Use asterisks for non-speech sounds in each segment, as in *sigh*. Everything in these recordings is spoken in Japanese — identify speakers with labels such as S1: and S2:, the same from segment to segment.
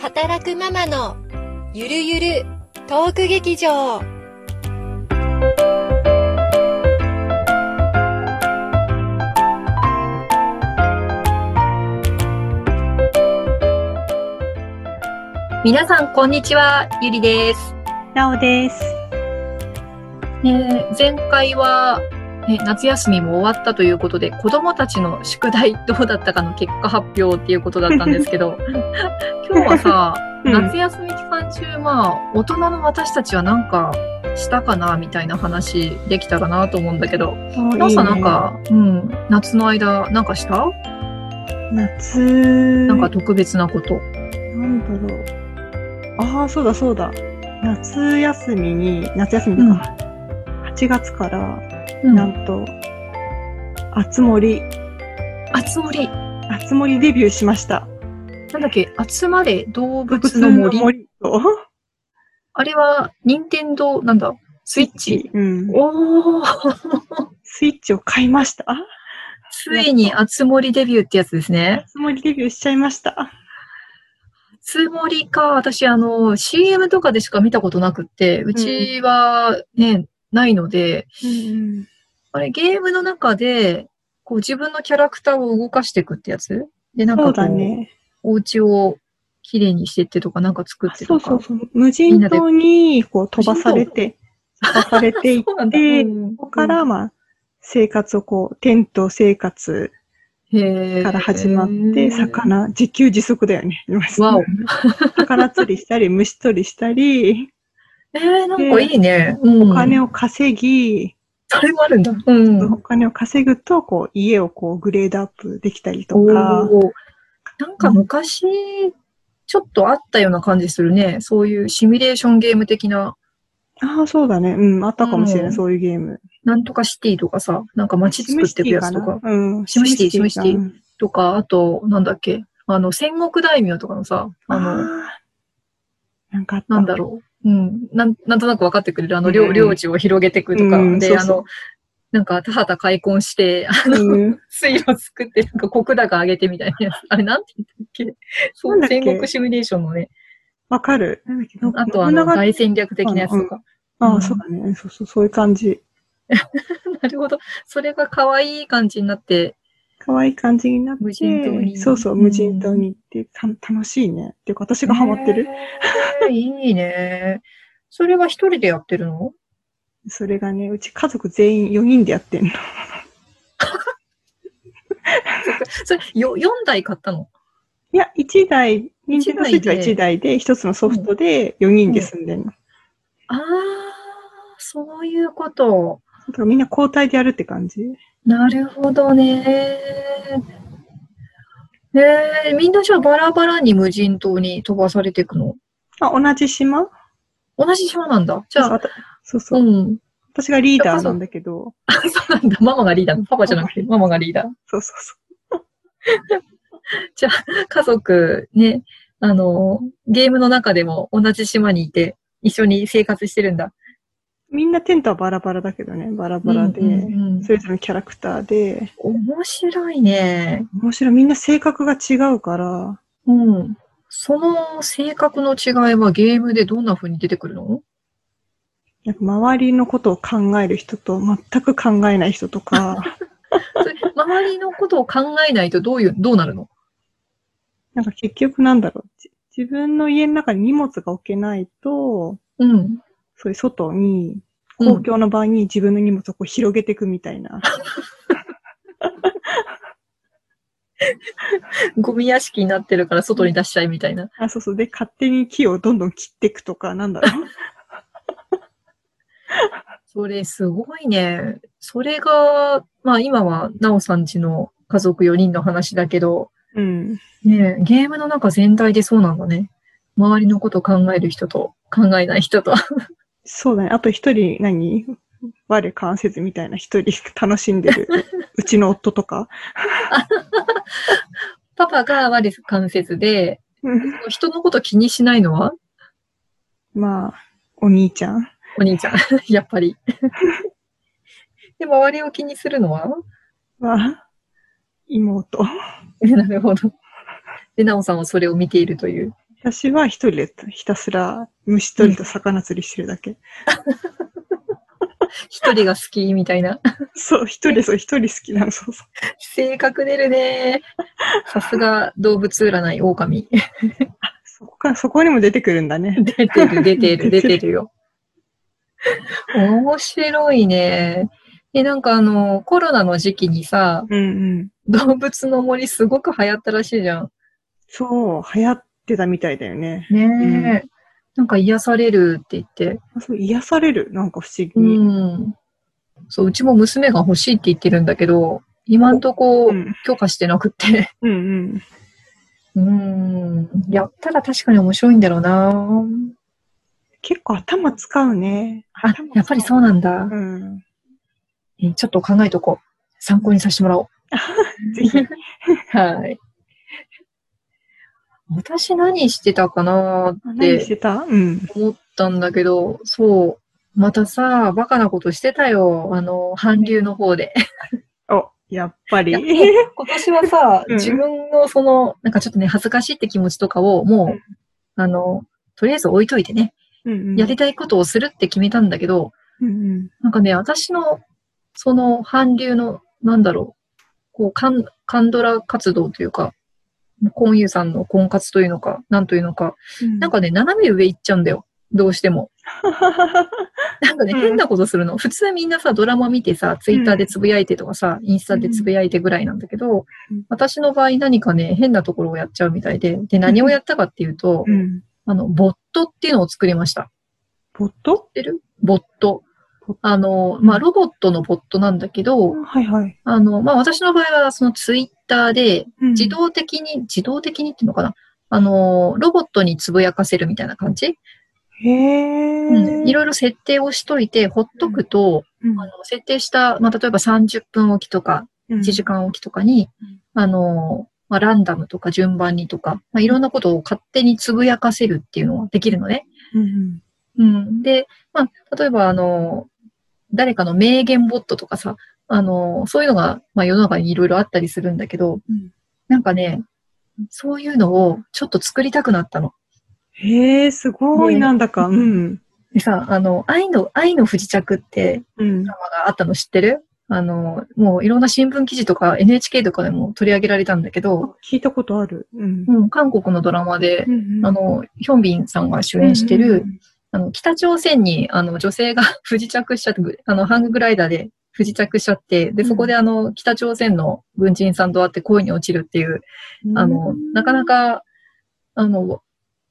S1: 働くママのゆるゆるトーク劇場皆さんこんにちはゆりです、
S2: なおです。
S1: えー前回は、ね夏休みも終わったということで子どもたちの宿題どうだったかの結果発表っていうことだったんですけ *laughs* ど今日はさ夏休み期間中、まあ、大人の私たちはなんかしたかなみたいな話できたらなと思うんだけど、
S2: うん
S1: なさなん。か、うん、夏の間、なんかした
S2: いいね夏。
S1: なんか、特別なこと。
S2: なんだろう。ああ、そうだそうだ。夏休みに、夏休みとか、8月から、
S1: うん、
S2: なんと、あつ森、
S1: あつ森。な
S2: あつ森デビューしました。
S1: んだっけ、集まれ動物の森。
S2: と、
S1: あれは、任天堂なんだ、スイッチ。
S2: うん。
S1: おー、
S2: スイッチを買いました。あ
S1: ついにあつ森デビューってやつですね。
S2: つ森デビューしちゃいました。
S1: つもりか、私、あの、CM とかでしか見たことなくって、うちはね、ないので、
S2: うん。
S1: あれ、ゲームの中で、こう自分のキャラクターを動かしていくってやつで、なんか
S2: そ
S1: こ
S2: う
S1: う、
S2: だね。
S1: お家をきれいにしてってとか、なんか作って
S2: そ
S1: と
S2: う
S1: か。
S2: そうそう。無人島に、こう、飛ばされて、飛ばされていっ
S1: そうなんだ。
S2: て、
S1: うん
S2: ここから、まあ、生活をこう、テント生活から始まって、。魚、自給自足だよね。
S1: わ
S2: *laughs*
S1: お
S2: 魚釣りしたり、虫取りしたり、
S1: へーえー、なんかいいね。うん、
S2: お金を稼ぎ、
S1: それもあるんだ。うん。
S2: お金を稼ぐと、こう、家をこう、グレードアップできたりと
S1: お
S2: か、
S1: ーなんか昔、ちょっとあったような感じするね。そういうシミュレーションゲーム的な、
S2: ああ、そうだね。うん、あったかもしれない、
S1: うん
S2: そういうゲーム。
S1: なんとかシティとかさ、なんか街作ってくやつとか。
S2: なうん。
S1: シムシティシ
S2: か
S1: ムとか、あと、なんだっけ、あの、戦国大名とかのさ、あ
S2: うん
S1: の、
S2: あーなんかあった。
S1: なんだろう、うん、なんなんとなく分かってくれる、あの、領
S2: うん
S1: 領地を広げていくとか、
S2: うん
S1: で、
S2: そうそう
S1: あの、なんか、田畑開墾して、 *laughs* あ
S2: う
S1: の、
S2: ん。
S1: 水路作って、なんか、国高上げてみたいなやつ。あれ、なんて言ったっけそ
S2: なん
S1: う、
S2: だっけ
S1: 戦国シミュレーションのね、
S2: わかる。なんだっけ
S1: あと、あの、大戦略的なやつとか。
S2: ああ、そうだね。そうそう、そういう感じ。
S1: なるほど。それが可愛い感じになって、
S2: 可愛い感じになって、
S1: 無人島に
S2: そうそう、
S1: うん
S2: 無人島に行って、た楽しいね。っていうか、私がハマってる。
S1: へー。いいね。それは一人でやってるの
S2: それがね、うち家族全員4人でやってんの。
S1: それ、よ、4台買ったの
S2: いや、1台、任天堂スイッチは1
S1: 一
S2: 台で、1つのソフトで4人で住んでんの。
S1: ああ、そういうこと。
S2: だからみんな交代でやるって感じ。
S1: なるほどね。えー、みんなじゃあバラバラに無人島に飛ばされていくの
S2: あ、同じ島
S1: 同じ島なんだ。じ
S2: そ
S1: ゃ
S2: うそう
S1: あ、
S2: あたそうそうう。
S1: ん。 *laughs*
S2: 私がリーダーなんだけど、
S1: あそうなんだ。ママがリーダー。パパじゃなくて、ママがリーダー。
S2: そうそうそ
S1: 家族、ね、あの、ゲームの中でも同じ島にいて、一緒に生活してるんだ。
S2: う。みんなテントはバラバラだけどね、バラバラで、
S1: うんうんうん
S2: それぞれのキャラクターで、
S1: 面白いね。
S2: 面白い。みんな性格が違うから、
S1: うん。その性格の違いはゲームでどんな風に出てくるの
S2: なんか周りのことを考える人と全く考えない人とか、
S1: それ周りのことを考えないとどういう、どうなるの
S2: なんか結局なんだろう。じ自分の家の中に荷物が置けないと、
S1: うん。
S2: そういう外に、
S1: うん
S2: 公共の場に自分の荷物をこう広げていくみたいな。
S1: ゴミ屋敷になってるから外に出しちゃいみたいな。
S2: あ、そうそう。で、勝手に木をどんどん切っていくとか、なんだろう。
S1: それすごいね。それが、まあ今はなおさんちの家族4人の話だけど、
S2: うん。
S1: ねえゲームの中全体でそうなんだね。周りのこと考える人と考えない人と。 *laughs*
S2: そうだね。あと一人何、我関せずみたいな一人楽しんでる。うちの夫とか。
S1: パパが我関節で、
S2: うん
S1: 人のこと気にしないのは
S2: まあ、お兄ちゃん。
S1: お兄ちゃん。 *laughs* やっぱり。で、周りを気にするのは *laughs*
S2: は、妹。
S1: なるほど。で、なおさんはそれを見ているという。
S2: 私は一人でひたすら虫取りと魚釣りしてるだけ。
S1: 一人が好きみたいな。
S2: *laughs*
S1: *laughs*
S2: そう、一人、そう、一人好きなの、そうそ
S1: 性格出るね。さすが動物占い狼。
S2: う。そこから、そこにも出てくるんだね。
S1: 出てる、出てる、 *laughs* 出てるよ。面白いね。で、なんかあの、コロナの時期にさ、
S2: うんうん。
S1: 動物の森すごく流行ったらしいじゃん。
S2: そう、流行ってたみたいだよね。
S1: ねえ、
S2: う
S1: なんか癒されるって言って。
S2: あそう癒される、なんか不思議
S1: う
S2: に。
S1: ん。そう、うちも娘が欲しいって言ってるんだけど、今んとこ
S2: うん、
S1: 許可してなくって。 *laughs*
S2: うん、
S1: う
S2: うん。
S1: ん。やったら確かに面白いんだろうな
S2: 結構頭使うね。
S1: あ、やっぱりそうなんだ
S2: う。ん。
S1: えちょっと考えとこう。参考にさせてもらおう。
S2: ぜ *laughs* ひ。
S1: はい。私何してたかな
S2: あ
S1: っ
S2: 何しててたうん。
S1: 思ったんだけど、そう。またさ、バカなことしてたよ。あの、韓流の方で。
S2: お、やっぱり。
S1: やっぱり *laughs* 今年はさ、
S2: うん
S1: 自分のその、なんかちょっとね、恥ずかしいって気持ちとかを、も
S2: うん
S1: う、あの、とりあえず置いといてね、
S2: *laughs* うんうん
S1: やりたいことをするって決めたんだけど、
S2: うんうん。
S1: なんかね、私の、その、韓流の、なんだろう、こう、カン、カンドラ活動というか、コンユさんの婚活というのか、なんというのか、
S2: うん
S1: なん、かね、斜め上行っちゃうんだよ。どうしても。なんかね、
S2: うん
S1: 変なことするの。普通みんなさ、ドラマ見てさ、ツイッターでつぶやいてとかさ、インスタでつぶやいてぐらいなんだけど
S2: うん、
S1: 私の場合何かね、変なところをやっちゃうみたいで、で、何をやったかっていうと
S2: *laughs* う、ん。
S1: あの、ボットっていうのを作りました。
S2: ポット
S1: 知ってるボット
S2: ボッ。
S1: あの、まあ、ロボットのボットなんだけど、
S2: はいはい。
S1: あの、まあ、私の場合は、そのツイッターで、
S2: うん
S1: 自動的に、自動的にっていうのかなあの、ロボットにつぶやかせるみたいな感じ
S2: へえ。
S1: うん、い
S2: ろ
S1: ろいろ設定をしといて、ほっとくと、あの設定した、まあ、例えば30分おきとか、1時間おきとかに、あの、まあ、ランダムとか順番にとか、まあ、いろんなことを勝手につぶやかせるっていうのはできるのね。う
S2: うん
S1: ん。で、まあ、例えば、あの、誰かの名言ボットとかさ、あの、そういうのが、まあ、世の中にいろいろあったりするんだけど、
S2: うん
S1: なんかね、そういうのをちょっと作りたくなったの。
S2: へえ、すごい、
S1: ね
S2: なんだか。うん。
S1: でさ、あの、愛の、愛の不時着って、
S2: うん
S1: ド。ラマがあったの知ってるあの、もういろんな新聞記事とか NHK とかでも取り上げられたんだけど、
S2: 聞いたことある。うん。
S1: うん、韓国のドラマで、
S2: うんうん
S1: あ、の、ヒョンビンさんが主演してる、
S2: うんうん
S1: あの、北朝鮮に、あの、女性が *laughs* 不時着しちゃって、あの、ハンググライダーで不時着しちゃって、で、そこであの、北朝鮮の軍人さんと会って恋に落ちるっていう、
S2: うん、
S1: あの、なかな
S2: か、
S1: か、あの、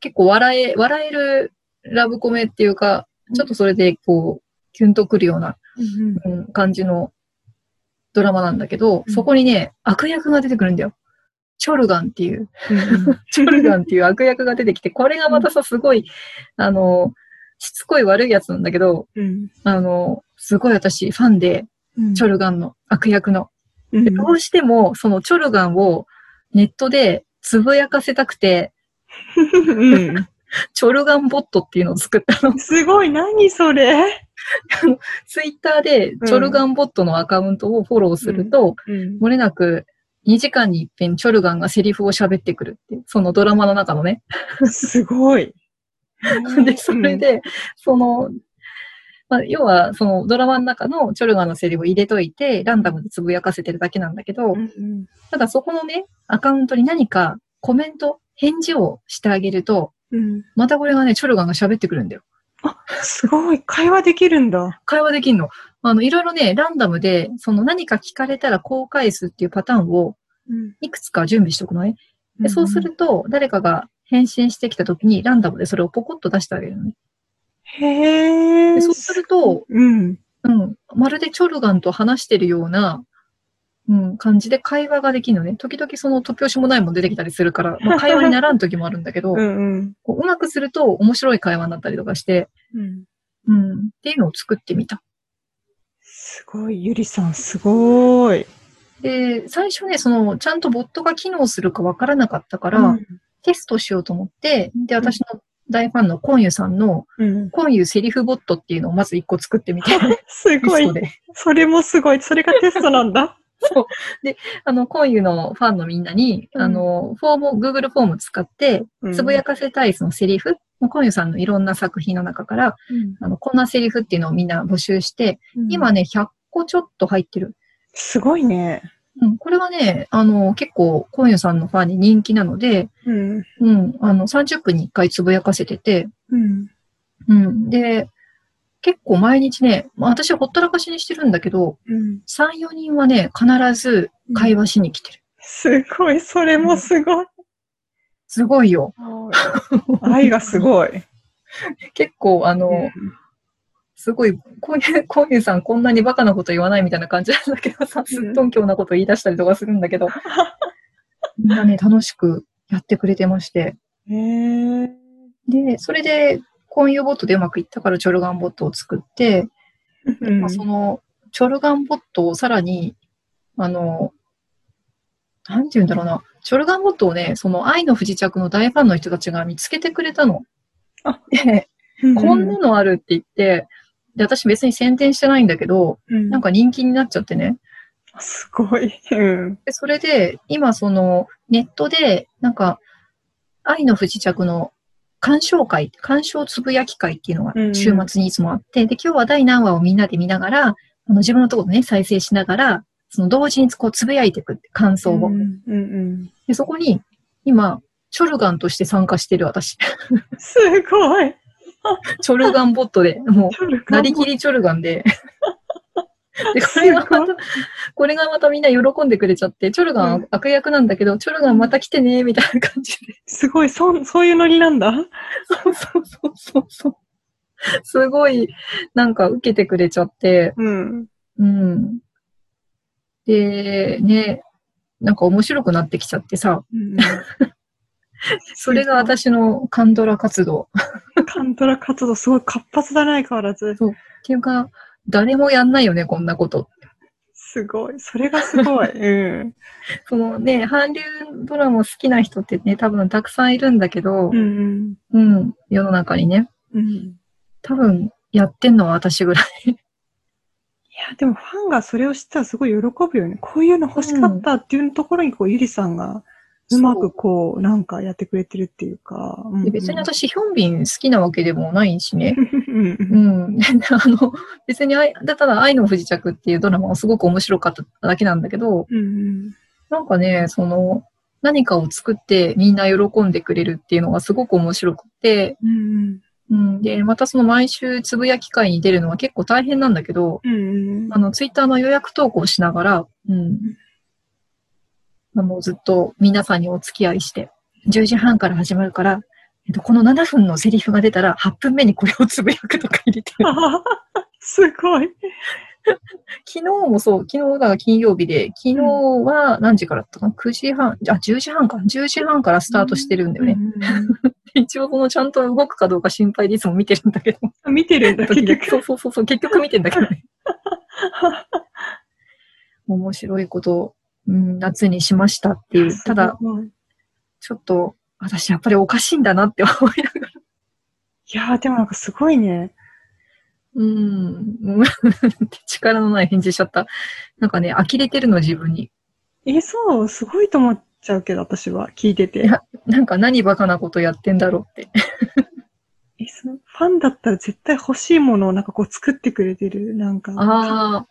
S1: 結構笑え、笑えるラブコメっていうか、ちょっとそれでこう、キュンとくるようなうん感じのドラマなんだけど、
S2: うん
S1: そこにね、悪役が出てくるんだよ。チョルガンっていう、
S2: チ
S1: チョルガンっていう悪役が出てきて、これがまたさ、すごい、あの、しつこい悪いやつなんだけど、
S2: ン。
S1: あの、すごい私ファンで、
S2: *laughs*
S1: チョ
S2: ル
S1: ルガンの悪役の。
S2: ガ
S1: でどうしても、そのチョルガンをネットでつぶやかせたくて、チョルガンボットっていうのを作ったの。 *laughs*
S2: すごい、何それ。
S1: ツイッターでチョルガンボットのアカウントをフォローすると、
S2: うん
S1: 漏れなく2時間に一遍チョルガンがセリフを喋ってくるっていう、そのドラマの中のね。
S2: すごい。
S1: で、それで、その、まあ、要は、そのドラマの中のチョルガンのセリフを入れといて、ランダムでつぶやかせてるだけなんだけど
S2: うん、、うん
S1: ただそこのね、アカウントに何かコメント、返事をしてあげると、
S2: うん
S1: またこれがね、チョルガンが喋ってくるんだよ。
S2: すごい、会話できるんだ。
S1: 会話できんの。あの、いろいろね、ランダムで、その何か聞かれたらこう返すっていうパターンを、いくつか準備しておくのね。でそうすると、誰かが返信してきた時に、ランダムでそれをポコッと出してあげるのね。
S2: へ
S1: で
S2: え。
S1: そうすると、
S2: うん。
S1: うん、まるでチョルガンと話してるような、うん、感じで会話ができるのね。時々その突拍子もないもん出てきたりするから、まあ、会話にならん時もあるんだけど、
S2: *laughs* うんうん
S1: こううまくすると面白い会話になったりとかして、
S2: うん。
S1: うん、っていうのを作ってみた。
S2: すごい、ゆりさん、すごい。
S1: で、最初ね、その、ちゃんとボットが機能するかわからなかったから、テストしようと思って、で、私の大ファンのコンユさんの、
S2: うん。
S1: コンユセリフボ
S2: *laughs*
S1: ットっていうのをまず一個作ってみて、
S2: す
S1: テ
S2: ご
S1: ス
S2: い
S1: ト。で。 *laughs*
S2: それもすごい。それがテストなんだ。
S1: そう。で、あの、コンユのファンのみんなに、
S2: うん
S1: あの、フォームを、Google フォーム使って、つぶやかせたいそのセリフ、もうコンユさんのいろんな作品の中から、あの、こんなセリフっていうのをみんな募集して、
S2: うん
S1: 今ね、100個ちょっと入ってる。
S2: すごいね。
S1: うん、これはね、あの、結構、コンユさんのファンに人気なので、
S2: うん。
S1: うん、あの、30分に1回つぶやかせてて、
S2: うん。
S1: うん、で、結構毎日ね、まあ私はほったらかしにしてるんだけど、
S2: うん。
S1: 3、4人はね、必ず会話しに来てる。
S2: すごい、それもすごい。
S1: すごいよ。
S2: 愛がすごい。
S1: 結構、あの、すごい、こういう、 *laughs* こういうさんこんなにバカなこと言わないみたいな感じなんだけどさ、すっとんきょうなこと言い出したりとかするんだ
S2: *laughs*
S1: けど、みんなね、楽しくやってくれてまして。
S2: へえ。
S1: で、それで、コンユボットでうまくいったから、チョルガンボットを作って、
S2: うん
S1: まあ、その、チョルガンボットをさらに、あの、なんて言うんだろうな、チョルガンボットをね、その愛の不時着の大ファンの人たちが見つけてくれたの。
S2: あ
S1: で、こんなのあるって言って、で、私別に宣伝してないんだけど、なん
S2: か、
S1: か人気になっちゃってね。
S2: すごい。うん。
S1: で、それで、今その、ネットで、なんか、愛の不時着の鑑賞会、鑑賞つぶやき会っていうのが
S2: うんうん
S1: 週末にいつもあって、で、今日は第何話をみんなで見ながら、あの、自分のところね、再生しながら、その同時にこう、つぶやいていくって感想を。
S2: うんうん。
S1: で、そこに、今、チョルガンとして参加してる私。
S2: すごい。
S1: チョルガンボットで、もう、なりき
S2: り。
S1: りチョルガンで。でこれが
S2: すご
S1: また、これがまたみんな喜んでくれちゃって、チョルガンは悪役なんだけど、チョルガンまた来てね、みたいな感じで。
S2: すごい、そ、そういうノリなんだ。
S1: そうそうそうそうそう。すごい、なんか受けてくれちゃって、
S2: うん。
S1: うん。で、ね、なんか面白くなってきちゃってさ、
S2: *laughs*
S1: それが私のカンドラ活動。っ
S2: カントラ活動すごい活発だね、変わらず。
S1: ていうか、誰もやんないよね、こんなこと。
S2: すごい。それがす
S1: *laughs*
S2: ごい。うん。
S1: そのね、韓流ドラマ好きな人ってね、多分たくさんいるんだけど、
S2: うん。
S1: うん、世の中にね。
S2: うん。
S1: 多分、やってんのは私ぐらい。
S2: いや、でもファンがそれを知ったらすごい喜ぶよね。こういうの欲しかったっていうところに、こう、ゆりさんが、うまくこう、なんかやってくれてるっていうか。うん
S1: で別に私、ヒョンビン好きなわけでもないしね。
S2: うん
S1: うん。 *laughs* であの、別に愛、だただ愛の不時着っていうドラマはすごく面白かっただけなんだけど、
S2: うん。
S1: なんかね、その、何かを作ってみんな喜んでくれるっていうのがすごく面白くて、
S2: うん。
S1: うん。で、またその毎週つぶやき会に出るのは結構大変なんだけど、
S2: うん。
S1: あの、ツイッターの予約投稿しながら、うん。あの、ずっと皆さんにお付き合いして、10時半から始まるから、えっと、この7分のセリフが出たら、8分目にこれをつぶやくとか入れて *laughs* る。
S2: あ *laughs* すごい。
S1: 昨日もそう、昨日が金曜日で、昨日は何時からだったかな ?9 時半、あ、10時半か。10時半からスタートしてるんだよね。一応このちゃんと動くかどうか心配でいつも見てるんだけど。
S2: うん見てるんだ、結局。
S1: そうそうそうそう、結局見てんだけど *laughs* ね。面白いことを、うん、夏にしましたっていう。ただ
S2: す、ごい。
S1: ちょっと、私やっぱりおかしいんだなって思いながら。
S2: いやー、でもなんかすごいね。
S1: うん。うん *laughs* って力のない返事しちゃった。なんかね、呆れてるの自分に。
S2: え、そう、すごいと思っちゃうけど、私は、聞いてて。
S1: いやなんか何バカなことやってんだろうって。
S2: え、その、ファンだったら絶対欲しいものをなんかこう作ってくれてる、なんか、
S1: ああ、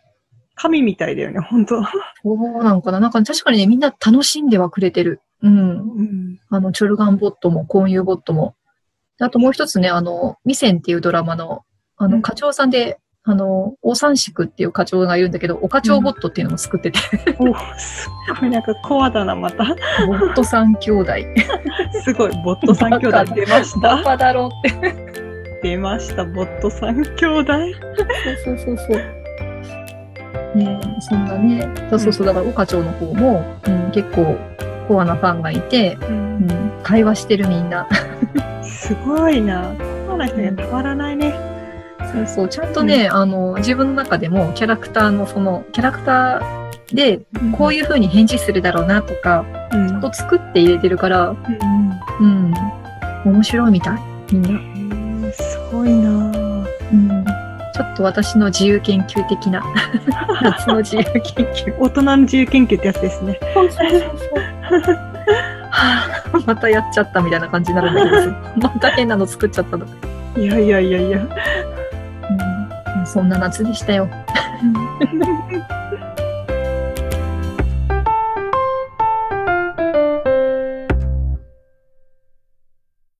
S2: 神みたいだよね、本当
S1: そうなんかな。なんか確かにね、みんな楽しんではくれてる。うん。
S2: うん。
S1: あの、チョルガンボットも、コンユーボットも。であともう一つね、あの、ミセンっていうドラマの、あ
S2: う
S1: の、
S2: ん
S1: 課長さんで、あの、オサンシクっていう課長がいるんだけど、お課長ボットっていうのも作ってて、
S2: おすっごい、なんかコアだな、また。
S1: ボット三兄弟。
S2: すごい、ボット三兄弟出まし
S1: *laughs* バ
S2: た。
S1: カだろって。
S2: 出ました、ボット三兄弟。
S1: そうそうそうそう。ねえそんなね、そうそうそう、だから、岡町の方も、うん、結構、コアなファンがいて、うん、会話してるみんな。
S2: すごいな。そうな人がたまらないね。
S1: そうそう、ちゃんとね、あの、自分の中でも、キャラクターの、その、キャラクターで、こう
S2: い
S1: いう風に返事するだろうなとか、
S2: う
S1: ちゃ
S2: ん、
S1: んと作って入れてるから、
S2: う
S1: うん、面白いみたい、みんな。
S2: ん、すごいな。
S1: *laughs* うん、ちょっと私の自由研究的な夏の自由 *laughs* 研究。
S2: 大人の自由研究ってやつですね。
S1: そうそうそうそう。はあ、またやっちゃったみたいな感じになるんだけどさ、また変なの作っちゃったの。
S2: いやいやいやいや。
S1: うん、そんな夏でしたよ。